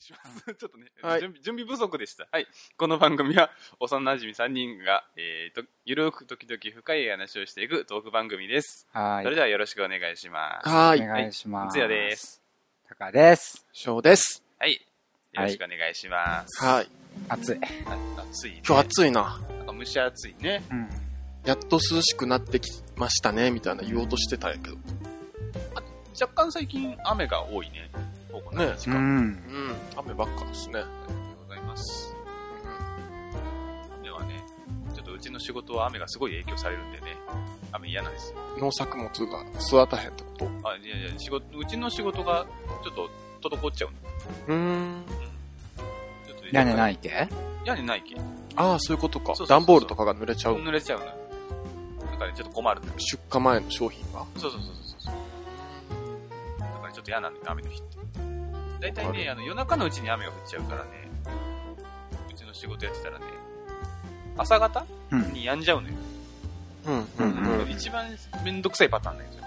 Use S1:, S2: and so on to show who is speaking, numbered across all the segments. S1: します。 ちょっとね、
S2: はい
S1: 準備、準備不足でした。はい。この番組は、幼馴染3人が、えーと、ゆるく時々深い話をしていくトーク番組です。
S3: は
S1: それ
S3: い。
S1: ではよろしくお願いします。
S2: は
S3: お
S2: い。
S3: 願いします。
S1: つやで。す。
S3: タカです。
S2: 翔です。
S1: はい。よろしくお願いします。
S2: はい。
S3: 暑い。
S1: あ暑いね。
S2: 今日暑いな。
S1: なんか蒸し暑いね。
S3: うん。
S2: やっと涼しくなってきましたね、みたいな言おうとしてたんやけど。
S1: 若干最近雨が多いね。ここ何日
S3: う
S1: か。
S3: ん。
S2: うん。雨ばっかですね。
S1: ありがとうございます。雨はね、ちょっとうちの仕事は雨がすごい影響されるんでね、雨嫌なんですよ。
S2: 農作物が育たへんってこと
S1: あ、いやいや、仕事、うちの仕事がちょっと滞っちゃうの。
S2: うーん。
S1: ちょっとね。
S3: 屋根ないいけ
S1: 屋根ないけ。
S2: ああ、そういうことか
S1: そうそうそうそう。
S2: 段ボールとかが濡れちゃう。
S1: 濡れちゃうの。だからちょっと困るんだよ。
S2: 出荷前の商品が。
S1: そうそうそうそうそう。だからちょっと嫌なんだよ、雨の日って。大体ね、あの、夜中のうちに雨が降っちゃうからね、うちの仕事やってたらね、朝方
S3: うん。
S1: にやんじゃうのよ。
S2: うん、
S3: う
S2: うんん、
S3: う
S2: うん。
S1: 一番めんどくさいパターンだよ、それ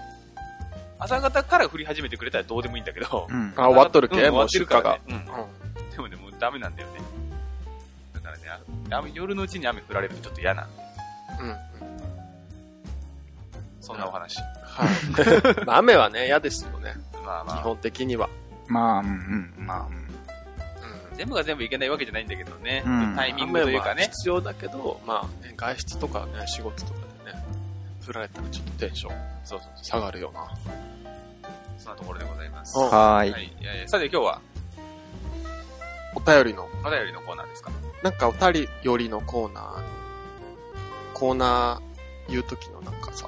S1: 朝方から降り始めてくれたらどうでもいいんだけど、
S3: うん。
S2: あ、終わっとる
S1: うん
S2: け、
S1: 終わ
S2: も
S1: っ
S2: う
S1: て
S2: 出
S1: る
S2: 荷
S1: から
S2: が
S1: ね。。うん
S2: う
S1: でもね、もうダメなんだよね。だからね、あ雨夜のうちに雨降られるとちょっと嫌な、
S2: ん、うん。
S1: そんなお話。
S2: はい。 まあ雨はね、嫌ですよね。
S1: まあ
S2: 基
S1: まあ、
S2: 本的には。
S3: まあ、うん、うん、まあ、うん。
S2: うん。
S1: 全部が全部いけないわけじゃないんだけどね、
S3: うん
S1: タイミングというか
S2: 雨は
S1: ね、
S2: 必要だけど、まあ、ね、外出とかね、仕事とかでね、降られたらちょっとテンション
S1: そうそうそ
S2: 下がるよな。
S1: う、そんなところでございます。
S2: うん
S3: はーい。
S1: はい、えーさて今日は、
S2: お便りの
S1: お便りのコーナーですか
S2: なんかお便りよりのコーナー、コーナー言うときのなんかさ、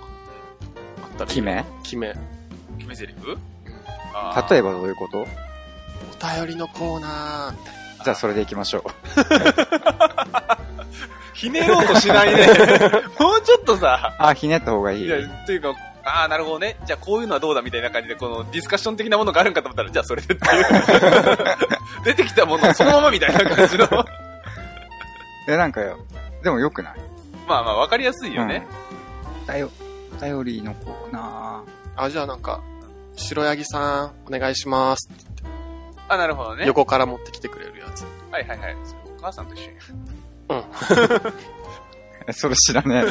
S2: あったり
S3: 決め
S2: 決め。
S1: 決め台詞
S3: 例
S1: え
S3: えばどういうこと
S2: お便りのコーナー、
S3: じゃあそれで行きましょう。
S1: ひねろうとしない ね。もうちょっとさ、
S3: あ、ひねった方がいい。
S1: いや、というか、ああ、なるほどね。じゃあ、こういうのはどうだみたいな感じで、このディスカッション的なものがあるんかと思ったら、じゃあ、それでって いう。出てきたものをそのままみたいな感じ の。
S3: え、なんかよ、でもよくない
S1: まあまあ、わかりやすいよね。。
S3: うんだよ、お便りのコーナ
S2: あ、じゃあなんか、白ヤギさん、お願いします。
S1: あ、なるほどね。
S2: 横から持ってきてくれるやつ。
S1: はいはいはい。それお母さんと一緒に。
S3: ー。えそれ知らね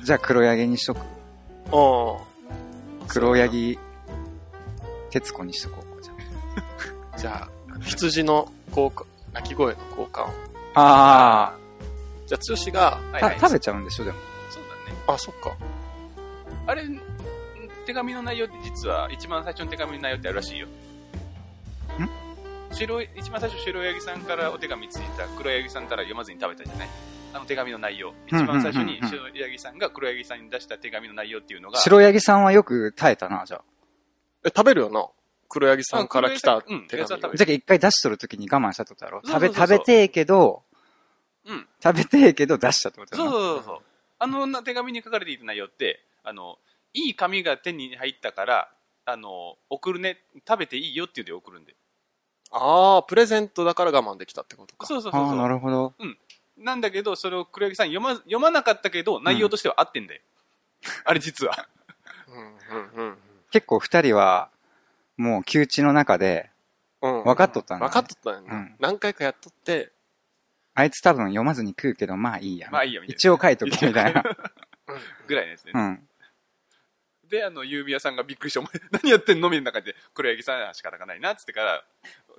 S3: え。 じゃあ黒ヤギにしとく。
S2: お
S3: 黒ヤギ、徹子にしとこう。じゃ
S2: ーじゃあ、羊の効果、鳴き声の交換を。
S3: ああ
S2: じゃあ、剛が、
S1: は
S3: ー、
S1: いはい。
S3: た食べちゃうんでしょ、でも。
S1: そうだね。
S2: あ、そっか。
S1: あれ、ん手紙の内容って実は、一番最初の手紙の内容ってあるらしいよ。白い、一番最初白ヤギさんからお手紙ついた黒ヤギさんから読まずに食べたじゃないあの手紙の内容。一番最初に
S3: うんうんうん
S1: 白ヤギさんが黒ヤギさんに出した手紙の内容っていうのが、
S3: 白ヤギさんはよく耐えたな、じゃあ。
S2: え、食べるよな黒ヤギさんから来た
S1: うん
S2: 手
S1: 黒ヤギさんうんや
S2: 紙。
S1: つは食べる
S3: じゃあ一回出しとる時に我慢したってことだろ
S1: そうそ
S3: 食
S1: うそう
S3: べ、
S1: そう
S3: 食べてえけど、
S1: うん。
S3: 食べてえけど出したってことだ
S1: そう
S3: ろ
S1: そうそうそう。あのな手紙に書かれていた内容って、あの、いい紙が手に入ったから、あの、送るね、食べていいよっていうで送るんで。
S2: あー、プレゼントだから我慢できたってことか。
S1: そうそうそう
S3: ああ、
S1: そう
S3: なるほど。
S1: なんだけど、それを黒柳さん読ま、読まなかったけど、内容としては合ってんだよ。あれ実は。
S2: うん、うん、
S3: 結構二人は、もう窮地の中で、
S2: うん。うん。
S3: 分かっとったんだ、
S2: 分かっとったんやな、
S3: うん
S2: 何回かやっとって、
S3: あいつ多分読まずに食うけど、まあいいや。
S1: まあいいや、みたいな。
S3: 一応書いとけ、みたいな。
S1: ぐらいのやつね。
S3: うん。
S1: で、あの、郵便屋さんがびっくりして、お前、何やってんのみたいな感じで、黒柳さんは仕方がないな、つってから、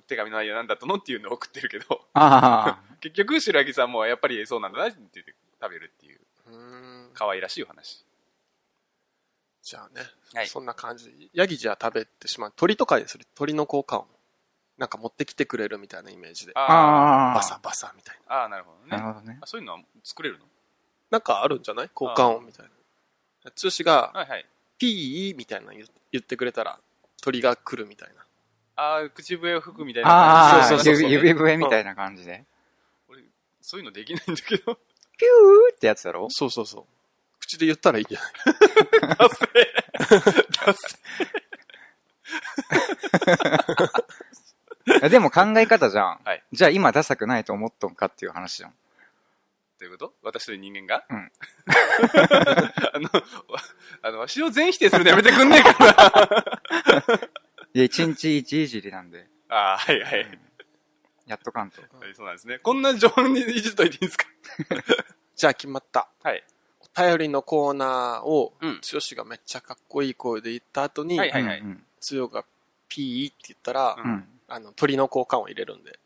S1: 手紙の内容なんだったのっていうのを送ってるけど、
S3: ああ。
S1: 結局、白柳さんもやっぱりそうなんだなって言って食べるっていう、
S2: うん
S1: 可愛らしいお話。
S2: じゃあね、
S1: はい
S2: そんな感じで。ヤギじゃ食べてしまう。鳥とかにする。鳥の効果音。なんか持ってきてくれるみたいなイメージで。
S1: あ
S3: ああ。
S2: バサバサみたいな。
S1: あ、ああ、なるほど
S3: な
S1: ね。
S3: るほどね。
S1: あそういうのは作れるの
S2: なんかあるんじゃない効果音みたいな。剛が、
S1: はいはい。
S2: ピーみたいなの言言ってくれたら、鳥が来るみたいな。
S1: ああ、口笛を吹くみたいな
S3: ああ、
S2: そうそうそうそう
S3: 指指笛みたいな感じで。
S1: そういうのできないんだけど。
S3: ピューってやつだろ
S2: そうそうそう。口で言ったらいいんじゃない
S1: ダセーダセ
S3: いやでも考え方じゃん。
S1: はい
S3: じゃあ今ダサくないと思っとんかっていう話じゃん。
S1: ということ私という人間が
S3: うん
S1: あの、わあの、わしを全否定するのやめてくんねえかな。
S3: いや、一日一いじりなんで。
S1: ああ、はいはい。
S3: やっとかんと。
S1: はいそうなんですね。こんな情報にいじっといていいんですか
S2: じゃあ決まった。
S1: はい。
S2: お便りのコーナーを、
S1: うん
S2: つよしがめっちゃかっこいい声で言った後に、
S1: はいはい
S3: うん。
S2: つよがピーって言ったら、
S1: うん
S3: うん。
S2: あの、鳥の交換を入れるんで、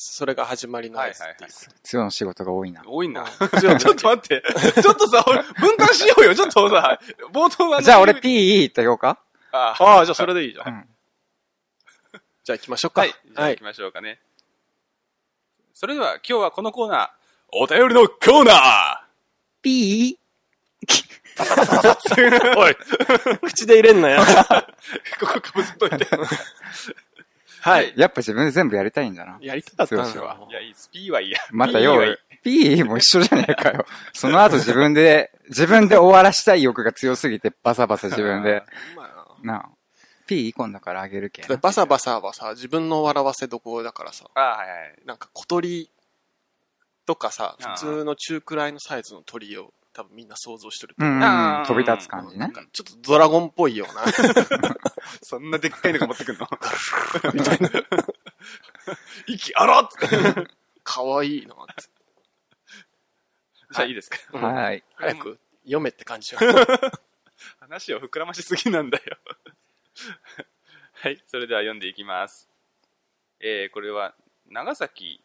S2: それが始まりのやつっていう。
S3: 強の仕事が多いな。
S1: 多いな。
S2: つ よ
S1: ちょっと待って。ちょっとさ、俺分担しようよ。ちょっとさ、冒頭は
S3: じゃあ俺、ピーいいって言おうか
S1: ああ
S2: ああ、じゃあそれでいいじゃ。
S3: うんん。
S2: じゃあ行きましょうか。
S1: はい。じゃあ行きましょうかね。それでは今日はこのコーナー、お便りのコーナ
S3: ピ
S1: ーおい、
S2: 口で入れんなよ。
S1: ここかぶせといて。
S2: はい。
S3: ーやっぱ自分で全部やりたいんだな。
S2: やりたかったん
S3: 剛
S2: だ
S3: は
S1: あいや、いいです。P はいいや。
S3: また
S1: P
S3: よ、
S1: はいいう
S3: ピーも一緒じゃねえかよ。その後自 分で、自分で終わらしたい欲が強すぎて、バサバサ自分 で。なあ。ピー今度からあげるけん。
S2: バサバサはさ、自分の笑わせどころだからさ、
S1: ああ、はいはい。
S2: なんか小鳥とかさ、
S1: ああ
S2: 普通の中くらいのサイズの鳥を多分みんな想像してると
S3: う
S2: 思う。
S3: んうん
S1: あ
S3: う
S1: ー
S3: ん。飛び立つ感じ
S2: なん
S3: ね。
S2: かちょっとドラゴンっぽいような。
S1: そんなでっかいのが持ってくんのみたいな。 息あらっつって。
S2: かわいいなって。
S1: じゃあいいですか。
S2: うん
S3: はい。
S2: 早く読めって感じよ。
S1: 話を膨らましすぎなんだよ。はい、それでは読んでいきます。えー、これは、長崎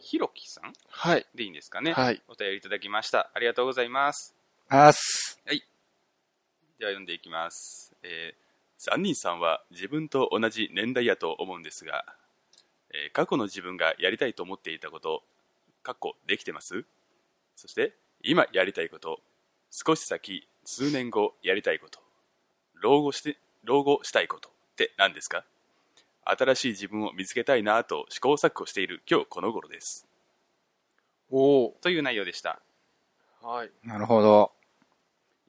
S1: ひろきさん
S2: はい。
S1: でいいんですかね。
S2: はい。
S1: お便りいただきました。ありがとうございます。
S3: あーす。
S1: では読んでいきます。えー、3人さんは自分と同じ年代やと思うんですが、えー過去の自分がやりたいと思っていたこと、過去できてますそして、今やりたいこと、少し先、数年後やりたいこと、老後して、老後したいことって何ですか新しい自分を見つけたいなぁと試行錯誤している今日この頃です。
S2: お
S1: という内容でした。
S2: お。はい。
S3: なるほど。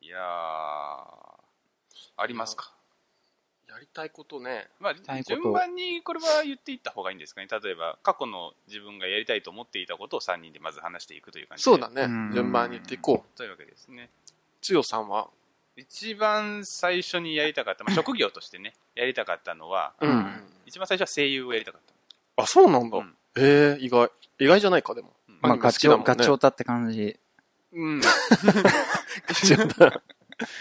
S1: いやー、ありますか
S2: やりたいことね。
S1: ま
S3: た
S1: あ、
S3: いこと
S1: 順番にこれは言っていった方がいいんですかね。例えば、過去の自分がやりたいと思っていたことを3人でまず話していくという感じで。
S2: そうだね
S3: う。ん
S2: 順番に言っていこう。
S1: というわけですね。
S2: つよさんは、
S1: 一番最初にやりたかった、まあ、職業としてね、やりたかったのは、
S3: うん
S1: 一番最初は声優をやりたかっ
S2: あ、そうなんだ。
S1: うん
S2: ええ意外。意外じゃない か、でも。
S1: た。うん
S3: ま
S2: ア
S3: あ、
S2: ニメ好
S3: ガ
S2: き
S3: チ
S2: だも
S3: ョウ、
S2: んね
S3: ガチョウタって感じ。
S1: うん、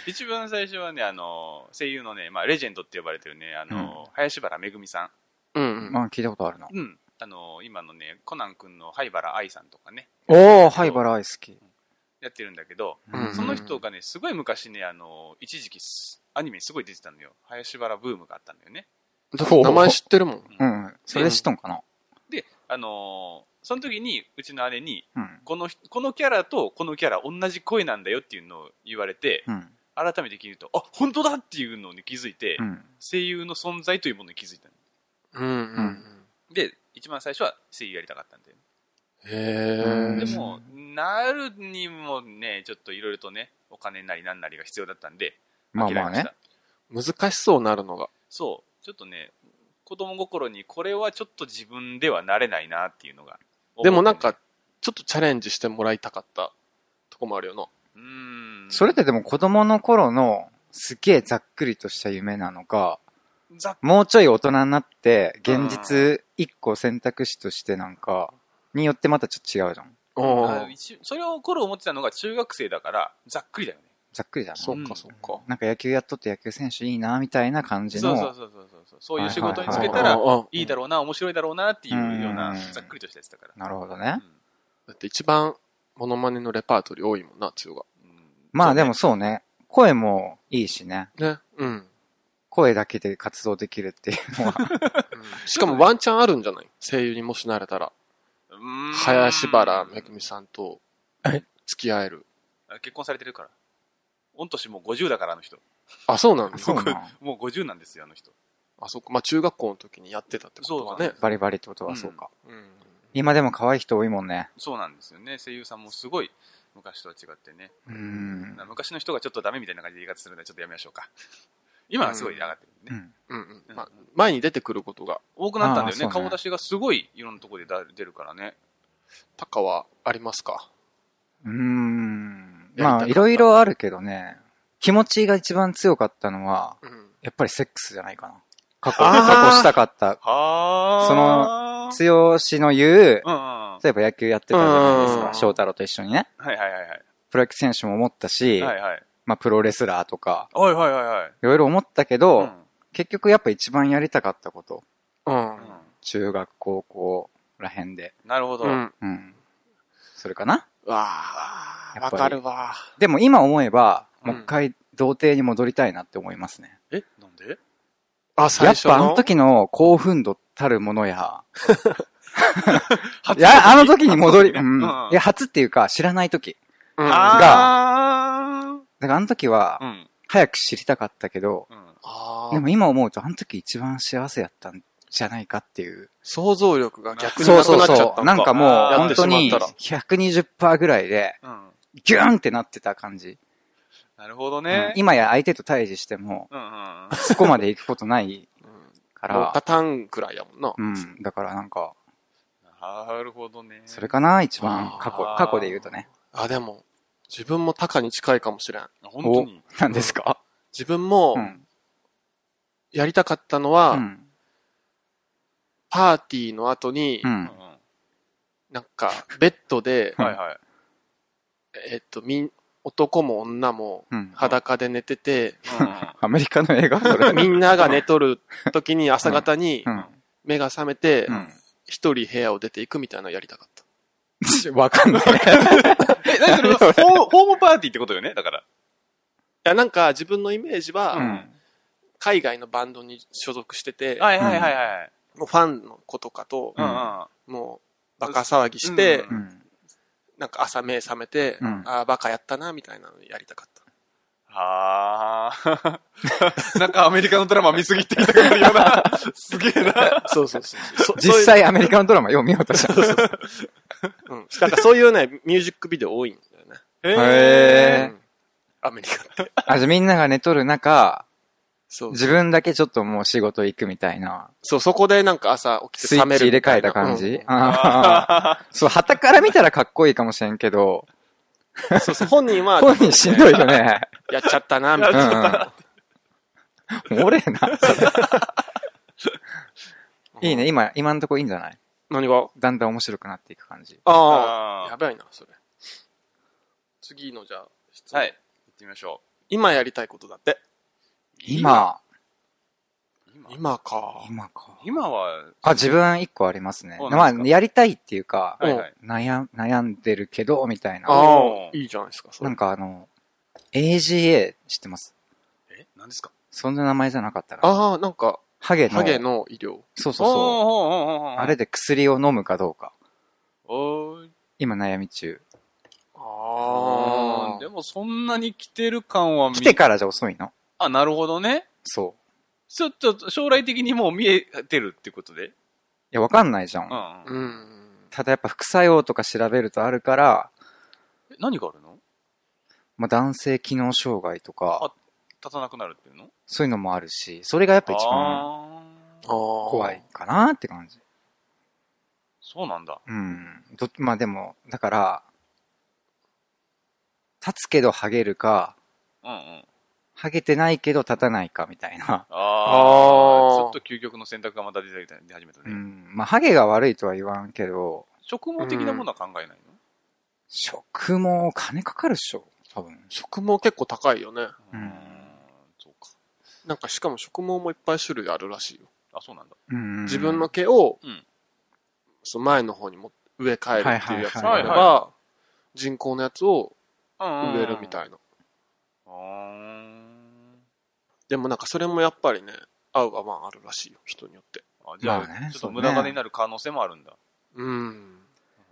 S1: 一番最初はね、あの、声優のね、まあ、レジェンドって呼ばれてるね、あの、林原めぐみさ
S2: うん、うん。
S3: まあ、聞いたことあるな。
S1: ん。うん。あの、今のね、コナン君の灰原愛さんとかね、
S3: おー、ハイバラアイ好き。
S1: やってるんだけど、
S2: うん
S1: その人がね、すごい昔ね、あの、一時期す、アニメにすごい出てたのよ。林原ブームがあったんだよね。
S2: だって名前知ってるもん。
S3: うんうん。それで知っとんかな。
S1: で、あのーその時に、うちの姉に、
S3: うん。
S1: この人、このキャラとこのキャラ同じ声なんだよっていうのを言われて、
S3: うん。
S1: 改めて聞くと、あ、本当だっていうのに気づいて、
S3: うん。
S1: 声優の存在というものに気づいたの
S2: うん、うん、うん。
S1: で、一番最初は声優やりたかったんだよ。
S2: へえ。
S1: でも、なるにもね、ちょっといろいろとね、お金なりなんなりが必要だったんで、
S3: まあ
S1: 諦め
S3: まあ
S1: まし
S3: ね
S1: た。。
S2: 難しそうなるのが。
S1: そう、ちょっとね、子供心にこれはちょっと自分ではなれないなっていうのが、
S2: でもなん
S1: 思
S2: か、ちょっとチャレンジしてもらいたかったとこもあるよな。
S1: うね、うーん。
S3: それってでも子供の頃のすげえざっくりとした夢なのか、
S1: ざっ
S3: もうちょい大人になって、現実一個選択肢としてなんか、によってまたちょっと違うじゃん。
S1: あ
S2: ああ。
S1: 一それを頃思ってたのが中学生だから、ざっくりだよね。
S3: ざっくりだな。
S2: そっ
S1: う
S2: か、
S1: ん
S2: そっか。
S3: なんか野球やっとって野球選手いいな、みたいな感じ
S1: そうそう
S3: の。
S1: そうそうそう。そういう仕事に
S3: 見
S1: つ
S3: つ
S1: け
S3: け
S1: た
S2: あ
S1: ら、
S2: あああ
S1: いいだろうな、面白いだろうなっていうような
S3: うん、
S1: ざっくりとしたやつだから。
S3: なるほど
S1: う
S3: ね
S1: ん。
S2: だって一番、モノマネのレパートリー多いもんな、つよ
S1: うん
S3: まあでも
S1: そ
S3: そうね。声もいいしね。
S2: が。ね。 うん。
S3: 声だけで活動できるっていうのは。
S2: しかもワンチャンあるんじゃない声優にもしなれたら。
S1: うね、うーん
S2: 林原めぐみさんと、付き合える。
S1: 結婚されてるから。御年もう50だから、あの人。
S2: あ、そうなんだ。
S3: そうなん
S1: もう50なんですよ、あの人。
S2: あ、そっか。まあ、中学校の時にやってたってことだね。
S3: バリバリってことはそうか。
S2: うん。
S3: 今でも可愛い人多いもんね。
S1: そうなんですよね。声優さんもすごい昔とは違ってね。
S3: うーん。
S1: 昔の人がちょっとダメみたいな感じで言い方するのでちょっとやめましょうか。 今はすごい上がってる
S3: う
S1: ね。
S3: ん。
S2: うんうん。まあ
S1: う、
S2: 前に出てくることが、
S1: 多くなったんだよね。
S3: あーそう
S1: 顔
S3: ね
S1: 出しがすごいいろんなところでだ出るからね。
S2: タカはありますか
S3: うーん。
S2: やりたかっ
S3: ま
S2: た
S3: あ、いろいろあるけどね、気持ちが一番強かったのは、
S2: うん。
S3: やっぱりセックスじゃないかな。過去、
S2: あー
S3: 過去したかった。
S1: はあ。
S3: そのつよしの言う、
S1: うんうん。は
S3: 例えば野球やってたじゃないです
S2: う
S3: か。
S2: ん
S3: 翔太郎と一緒にね。
S1: いはいはいはい。
S3: プロ野球選手も思ったし、
S1: はいはい。
S3: まあプロレスラーとか、
S1: はいはいはいはい。
S3: いろいろ思ったけ
S1: う
S3: ど、
S1: ん
S3: 結局やっぱ一番やりたかったこと。
S2: うん。
S3: 中学、高校らへんで。
S1: なるほど。
S2: う
S1: うん
S2: ん。
S3: うん。それかな
S2: わあ、わかるわ。
S3: でも今思えば、
S2: うん
S3: もう一回童貞に戻りたいなって思いますね。
S1: え、なんで
S2: あ、最
S3: やっ
S2: 初の。
S3: ぱあの時の興奮度たるものや、い
S1: い
S3: や、あの時に戻り、う
S1: 初
S3: ん。
S1: の時ねうん
S3: いや、初っていうか知らない時。
S2: うん、
S1: あ
S2: あ
S3: だからあの時は
S1: ー。う、ん。
S3: 早く知りたかったけど、
S1: うん。
S2: あ
S3: でも今思うとあの時一番幸せやったんじゃないかっていう。
S2: 想像力が逆に
S3: そ
S2: な
S3: う
S2: く
S3: そう
S2: なっちゃった
S3: そ
S2: の
S3: う。なんかもう
S1: あー
S3: 本当に
S2: やって
S3: 120%ぐらいで、
S1: うん。
S3: ギューンってなってた感じ。
S1: なるほど
S3: うん
S1: ね。
S3: 今や相手と対峙しても、
S1: うんうん。
S3: そこまで行くことない
S2: うん
S3: か
S2: もうパ
S3: ら、
S2: ターンくらいやもんな。
S3: うん。だからなんか、
S1: なるほどね。
S3: それかな一番
S2: あー
S3: 過去、過去で言うとね。
S2: あ、でも、自分もタカに近いかもしれん。
S1: 本当に。
S3: 何ですか
S2: 自分も
S3: う、ん。
S2: やりたかったの
S3: う
S2: は、
S3: ん。
S2: パーティーの後に、
S3: う
S1: うんん。
S2: なんか、ベッドで、
S1: はいはい。
S2: えっと、みん、男も女も
S3: うん。
S2: 裸で寝てて、
S1: うん うん
S3: アメリカの映画それ。
S2: みんなが寝とる時に朝方に
S3: うん。
S2: 目が覚めて
S3: う、ん。
S2: 一人部屋を出ていくみたいなのをやりたかった。
S3: わかんない。
S1: え、何それホームホームパーティーってことよねだから。
S2: いや、なんか自分のイメージ
S3: う
S2: は、
S3: ん。
S2: 海外のバンドに所属してて、
S1: はいはいはいはい。
S2: もうファンの子とかと
S1: う、んうん。
S2: もう、バカ騒ぎして、
S1: うん
S3: うん。
S2: なんか朝目覚めて、
S3: うん
S2: ああ、バカやったな、みたいなのやりたかった。
S1: はあ。 なんかアメリカのドラマ見すぎていたくなるような。 すげえな。
S2: そうそうそう そう。
S3: 実際アメリカのドラマよう見ようとした。
S2: そういううん。なんかそういうね、ミュージックビデオ多いんだよね。
S3: へえ
S2: うんアメリカって。
S3: あ、じゃあみんなが寝とる中、
S2: そう。
S3: 自分だけちょっともう仕事行くみたいな、
S2: そう、そこでなんか朝起きて
S3: スイッチ入れ替えた感
S2: 冷め
S3: じ
S2: るみいな
S3: あーそう、旗から見たらかっこいいかもしれんけど、
S2: うんそうそう、本人は、
S3: 本人しんどいよね。
S2: やっちゃったな、みたい
S3: うん
S2: な。
S3: うん。もう俺やな、それ。いいね、今、今んとこいいんじゃない
S2: 何が
S3: だんだん面白くなっていく感じ。
S2: ああ、や
S1: は
S2: ばいな、それ。次のじゃあ、質問
S1: い。行ってみましょ
S2: 今やりたいことだって。
S1: う。
S3: 今、
S1: 今
S2: 今か。
S3: 今か。
S1: 今は、
S3: あ、自分一個ありますね。
S1: そう
S3: ま
S1: な
S3: あ、
S1: んですか
S3: やりたいっていうか、
S1: はいはい。
S3: 悩悩んでるけど、みたいな。
S2: ああ
S1: お、ー
S2: いいじゃないですか、それ
S3: なんかあの、AGA 知ってます
S1: え何ですか
S3: そんな名前じゃなかったら。
S2: ああ、なんか、
S3: ハゲの。
S2: ハゲの医療。
S3: そうそうそう。
S1: そう
S3: あれで薬を飲むかどうか。
S1: おーい。
S3: 今悩み中。
S2: ああ。
S1: でもそんなに来てる感は見
S3: 来てからじゃ遅いの
S1: あ、なるほどね。
S3: そう。
S1: ちょっと将来的にもう見えてるってことで。
S3: いや、わかんないじゃん。
S1: うんうん。
S2: うん。
S3: ただやっぱ副作用とか調べるとあるから、
S1: え何があるの
S3: まあ、男性機能障害と
S1: あ
S3: か、
S1: 立たなくなるっていうの
S3: そういうのもあるし、それがやっぱ一番
S1: あー
S2: 怖
S3: 怖い。かなって感じ。
S1: そうなんだ。
S3: うん。ど、まあでも、だから、立つけどハゲるか、
S1: うんうん。
S3: ハゲてないけど立たないかみたいな。
S1: ああ
S2: あー
S1: ちょっと究極の選択がまた出て出始めたね。
S3: うん。まあ、ハゲが悪いとは言わんけど、
S1: 食毛的なものは考えないの、
S3: 食も金かかるっしょ多分。
S2: 食毛結構高いよね。
S3: うん
S1: うーんそうか。
S2: なんかしかも食毛もいっぱい種類あるらしいよ。
S1: あ、そうなんだ。
S3: うん。
S2: 自分の毛を、
S1: うん
S2: その前の方にも植え替えるっていうやつ
S3: はい
S2: もあ
S1: はいはい
S2: れ
S1: はいは
S2: ば、人工のやつを植えるみ
S1: い。
S2: たいな。
S1: うーん
S2: でもなんかそれもやっぱりね、合う合わんあるらしいよ、人によって。
S1: あじゃあ、
S3: まあね
S1: ちょっ
S3: そ
S1: と
S3: うね
S1: 無駄金になる可能性もあるんだ。
S2: うん。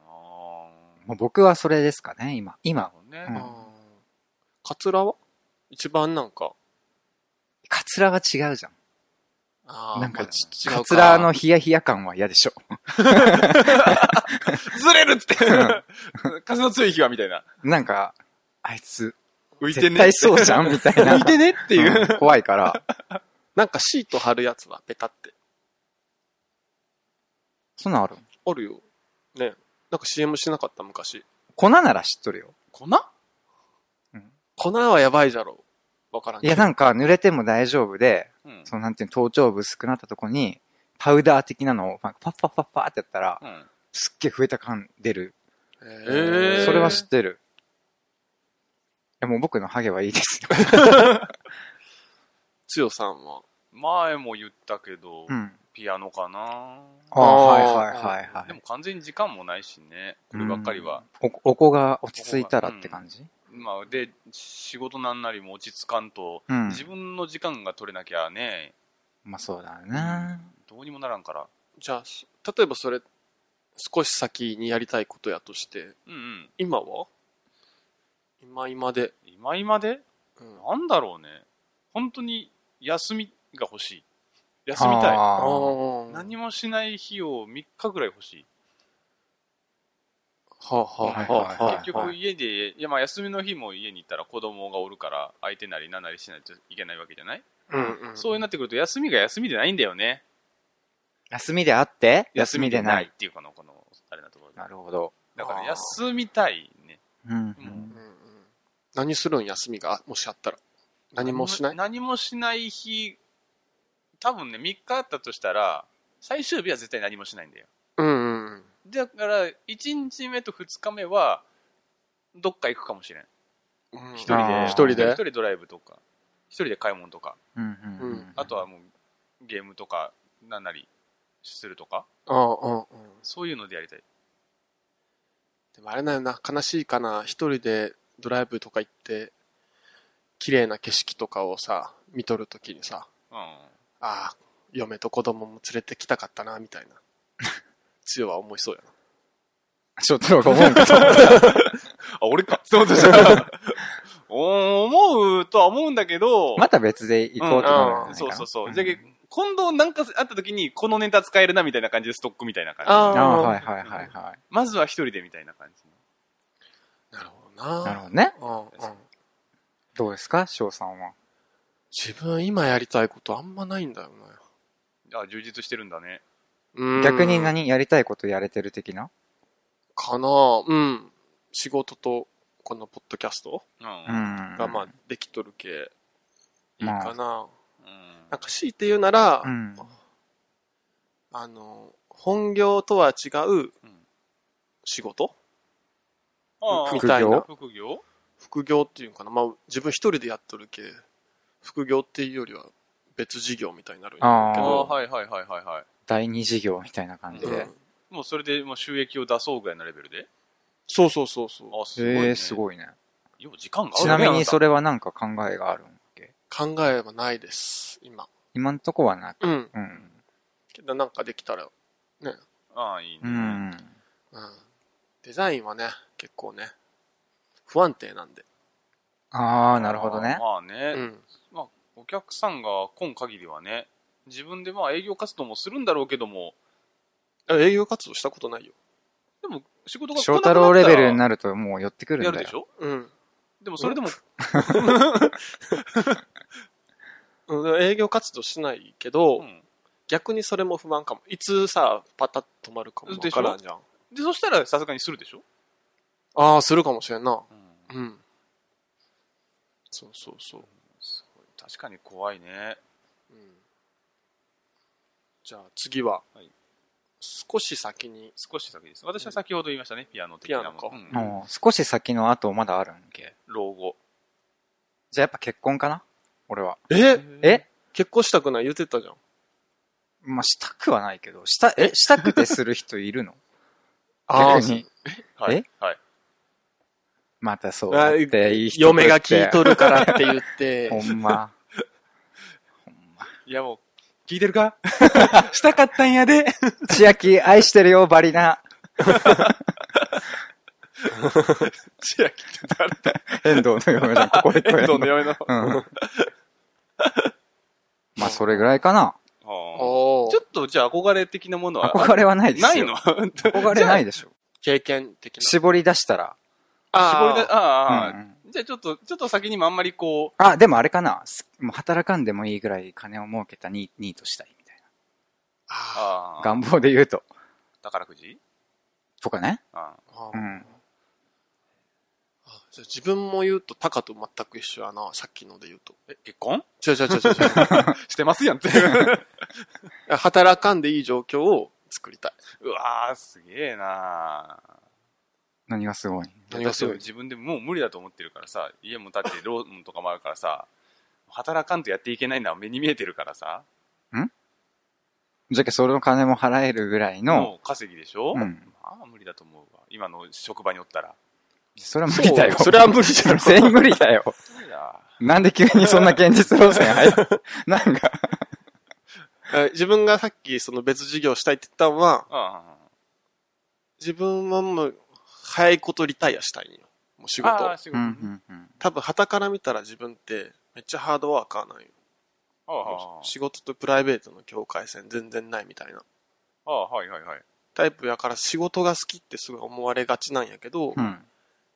S1: あー
S3: もう僕はそれですかね、今。
S1: なる
S3: 今。
S1: ほどね。
S3: うん
S2: あーカツラは一番なんか、
S3: カツラが違うじゃん。
S2: あー
S3: なんか
S2: まあち違う
S3: カツラのヒヤヒヤ感は嫌でしょ。
S1: ずれるっつって風の強い日はみたいな。
S3: なんか、あいつ、
S1: 浮いて
S3: 絶
S1: ねっ
S3: 対
S1: て。
S3: そうじゃんみたい な。
S1: 浮いてねっていう。
S3: うん怖いから。
S2: なんかシート貼るやつはペタって。
S3: そんなんある
S2: あるよ。ね。なんか CM してなかった昔。
S3: 粉なら知っとるよ。
S1: 粉あ
S2: 粉はやばいじゃろ。わからん
S3: いや、なんんか濡れても大丈夫で、
S1: うん。
S3: そのなんていうの頭頂部薄くなったとこに、パウダー的なのをパッパッパッパッパーってやったら、
S1: うん。
S3: すっげえ増えた感出る。
S2: え
S1: へー
S3: それは知ってる。いや、もう僕のハゲはいいですよ。
S2: つよさんは。
S1: 前も言ったけど、
S3: うん。
S1: ピアノかな
S3: ああ、はい
S2: あー
S3: はいはいはい。
S1: でも完全に時間もないしね、こればっかりは。
S3: お、お子が落ち着いたらって感じ
S1: まあ、で、仕事なんなりも落ち着かんと、
S3: うん。
S1: 自分の時間が取れなきゃね、
S3: まあそうだな。
S1: どうにもならんから。
S2: じゃあ、そ例えばそれ、少し先にやりたいことやとして、
S1: うんうん。
S2: 今は今今で。
S1: 今今で
S2: うん
S1: なんだろうね。本当に休みが欲しい。休みたい。
S2: あ
S3: あ
S2: ー
S1: 何もしない日を3日ぐらい欲しい。
S2: はあはあはあはあ
S3: はい
S1: 結局家で、いやまあ休みの日も家に行ったら子供がおるから相手なり何なりしないといけないわけじゃない、
S2: うんうん、
S1: そういうなってくると休みが休みでないんだよね。
S3: ー休みであって休みでない
S1: っ。ていうかの、この、あれなところで
S3: なるほど。
S1: だから
S2: あー
S1: 休みたいね。
S3: うん。
S1: うん
S2: うんうん何するん休みがもしあったら何もしない
S1: 何もしない日、多分ね、3日あったとしたら、最終日は絶対何もしないんだよ。
S2: うんうんうん
S1: だから、1日目と2日目は、どっか行くかもしれん。
S2: うん
S1: 一
S2: 一
S1: 人で。
S3: あー
S2: 人
S1: 一
S2: で
S1: 人ドライブとか、一人で買い物とか、
S3: うんうんう
S2: うんん。
S1: あとはもう、ゲームとか、なんなり、するとか、
S2: ああうんうん
S1: そういうのでやりたい。
S2: でもあれだよな悲しいかな一人でドライブとか行って綺麗な景色とかをさ見とるときにさ
S1: うん。
S2: ああ嫁と子供も連れてきたかったなみたいな強は思いそうやな
S3: ちょっとなんか思 うかと思っ
S1: あ、俺か。そうで した。思うとは思うんだけど、
S3: たまた別で行こうと思うんじゃないか
S1: そ
S3: な。
S1: うそうそう。
S3: ん
S1: じゃけ、今度なんかあった時に、このネタ使えるなみたいな感じでストックみたいな感じ。
S2: あ
S3: ああ、はいはいはいは。
S1: まずは一人でみたいな感じ。
S2: なるほどない
S3: なるほどね。
S2: うんうん
S3: どうですか翔さんは。
S2: 自分今やりたいことあんまないんだよな
S1: あ、充実してるんだね。
S2: うん
S3: 逆に何やりたいことやれてる的な
S2: かなあうん。仕事と、このポッドキャスト
S1: うん。
S3: う
S1: うん。
S3: ん。
S2: が、まあ、できとる系、いい
S3: まあ
S2: かな。なんか、強いて言うなら、
S3: うん。
S2: あの、本業とは違う仕事
S1: ああ
S2: みたいな。
S1: 副業
S2: 副業っていうんかな。まあ、自分一人でやっとる系、副業っていうよりは別事業みたいになるんや
S1: あ
S2: け
S1: あ、
S2: ど、
S1: はいはいはいはいは
S3: 第二事業みたいな感じ
S1: ー
S3: で。
S2: うん
S1: い。もうそれでもう収益を出そうぐらいのレベルで。
S2: そうそうそうそう。
S1: あ、すごい、ね。
S3: ええ、す
S1: い。
S3: ごいね。
S1: よう時間が
S3: ちなみにそ
S1: れ。
S3: れはなんか考えがあるんだっけ
S2: 考えはないです、今。
S3: 今んとこはな
S2: う
S3: く。
S2: ん。
S3: うん。
S2: けどなんかできたら、ね。
S1: ああ、いいね。
S3: うん。
S2: うん。デザインはね、結構ね、不安定なんで。
S3: ああ、なるほどね。
S1: まあね、
S2: うん。
S1: お客さんが来ん限りはね、自分でまあ営業活動もするんだろうけども、
S2: あ営業活動したことないよ。
S1: でも仕事が来
S3: 翔
S1: なくな
S3: 太
S1: ったら
S3: 郎レベルになるともう寄ってくる
S1: や
S3: ん
S1: る
S3: だ
S1: でし
S3: よ。
S1: ょ
S2: うん。
S1: でもそれでも、
S2: 営業活動しないけど、
S1: うん
S2: 逆にそれも不安かも。いつさ、パタッと止まるかもわからんじゃん。
S1: で、そしたらさすがにするでしょ、
S2: ああ、するかもしれんな。
S1: うん、
S2: うん。そうそうそう。
S1: すごい確かに怖いね。
S2: うん、じゃあ次は、
S1: はい
S2: 少し先に、
S1: 少し先です。私は先ほど言いましたね、ピアノ的なも
S2: ピアノか
S1: の。うん
S3: もう少し先の後まだあるんけ。
S1: 老後。
S3: じゃあやっぱ結婚かな俺は。
S2: え
S3: え
S2: 結婚したくない言ってたじゃん。
S3: まあ、したくはないけど、した、え、したくてする人 いるの
S2: あ
S3: 逆に。
S1: はい。
S3: え
S1: はい。
S3: またそうだって、いい人とって
S2: 嫁が聞いとるからって言っ て、
S3: ほんま。ほんま。
S1: いやもう、聞いてるか したかったんやで。
S3: 千秋、愛してるよ、バリナ。
S1: 千秋って誰だ
S3: 遠藤の嫁さん、ここで
S1: 遠藤の嫁の。
S3: うん。まあ、それぐらいかな。
S1: あー
S2: おー
S1: ちょっとじゃあ憧れ的なものは。
S3: 憧れはないですよ。
S1: ないの絞り
S3: 憧れないでしょ。
S2: 経験的な。
S3: 絞り出したら。
S1: だ、あ
S3: う
S1: ーあ
S3: ん
S1: ー、じゃあちょっと、ちょっと先にもあんまりこ
S3: あ、でもあれかな。すもう働かんでもいいぐらい金を儲けたニニートしたいみたい
S1: う、
S2: あ
S1: あ
S3: な。
S1: あ、
S3: 願望で言うと。
S1: 宝くじ
S3: とかね。
S1: あ
S2: ーあー
S3: うん。
S2: あじゃあ自分も言うと、タカと全く一緒やな、さっきので言うと。
S1: え、結婚
S2: 違う違う違う違う
S1: してます やんって。
S2: 違う。 働かんでいい状況を作りたい。
S1: うわー、すげえなー
S3: 何がすごい
S2: 何がすごい
S1: 私自分でもう無理だと思ってるからさ、家も建ってローンとかもあるからさ、働かんとやっていけないのは目に見えてるからさ、
S3: じゃけそれの金も払えるぐらいの、
S1: もう稼ぎでしょ、
S3: うん。
S1: まあ無理だと思うわ。今の職場におったら。
S3: それは無理だよ。
S2: そうそれは無理じゃん
S3: 全員無理だよ。
S1: 無理だ。
S3: なんで急にそんな現実路線入る なんか、
S2: え 自分がさっきその別事業したいって言ったのは、
S1: うん。
S2: 自分はもう、早いことリタイアしたいんよ。もう仕事
S1: あー。
S2: を
S1: 仕
S3: う
S1: 事。
S3: んうんうん。
S2: 多分、旗から見たら自分って、めっちゃハードワーカーなんよ。
S1: ああ
S2: 仕事とプライベートの境界線全然ないみたいな。
S1: ああ、はいはいはい。
S2: タイプやから仕事が好きってすごい思われがちなんやけど、
S3: うん。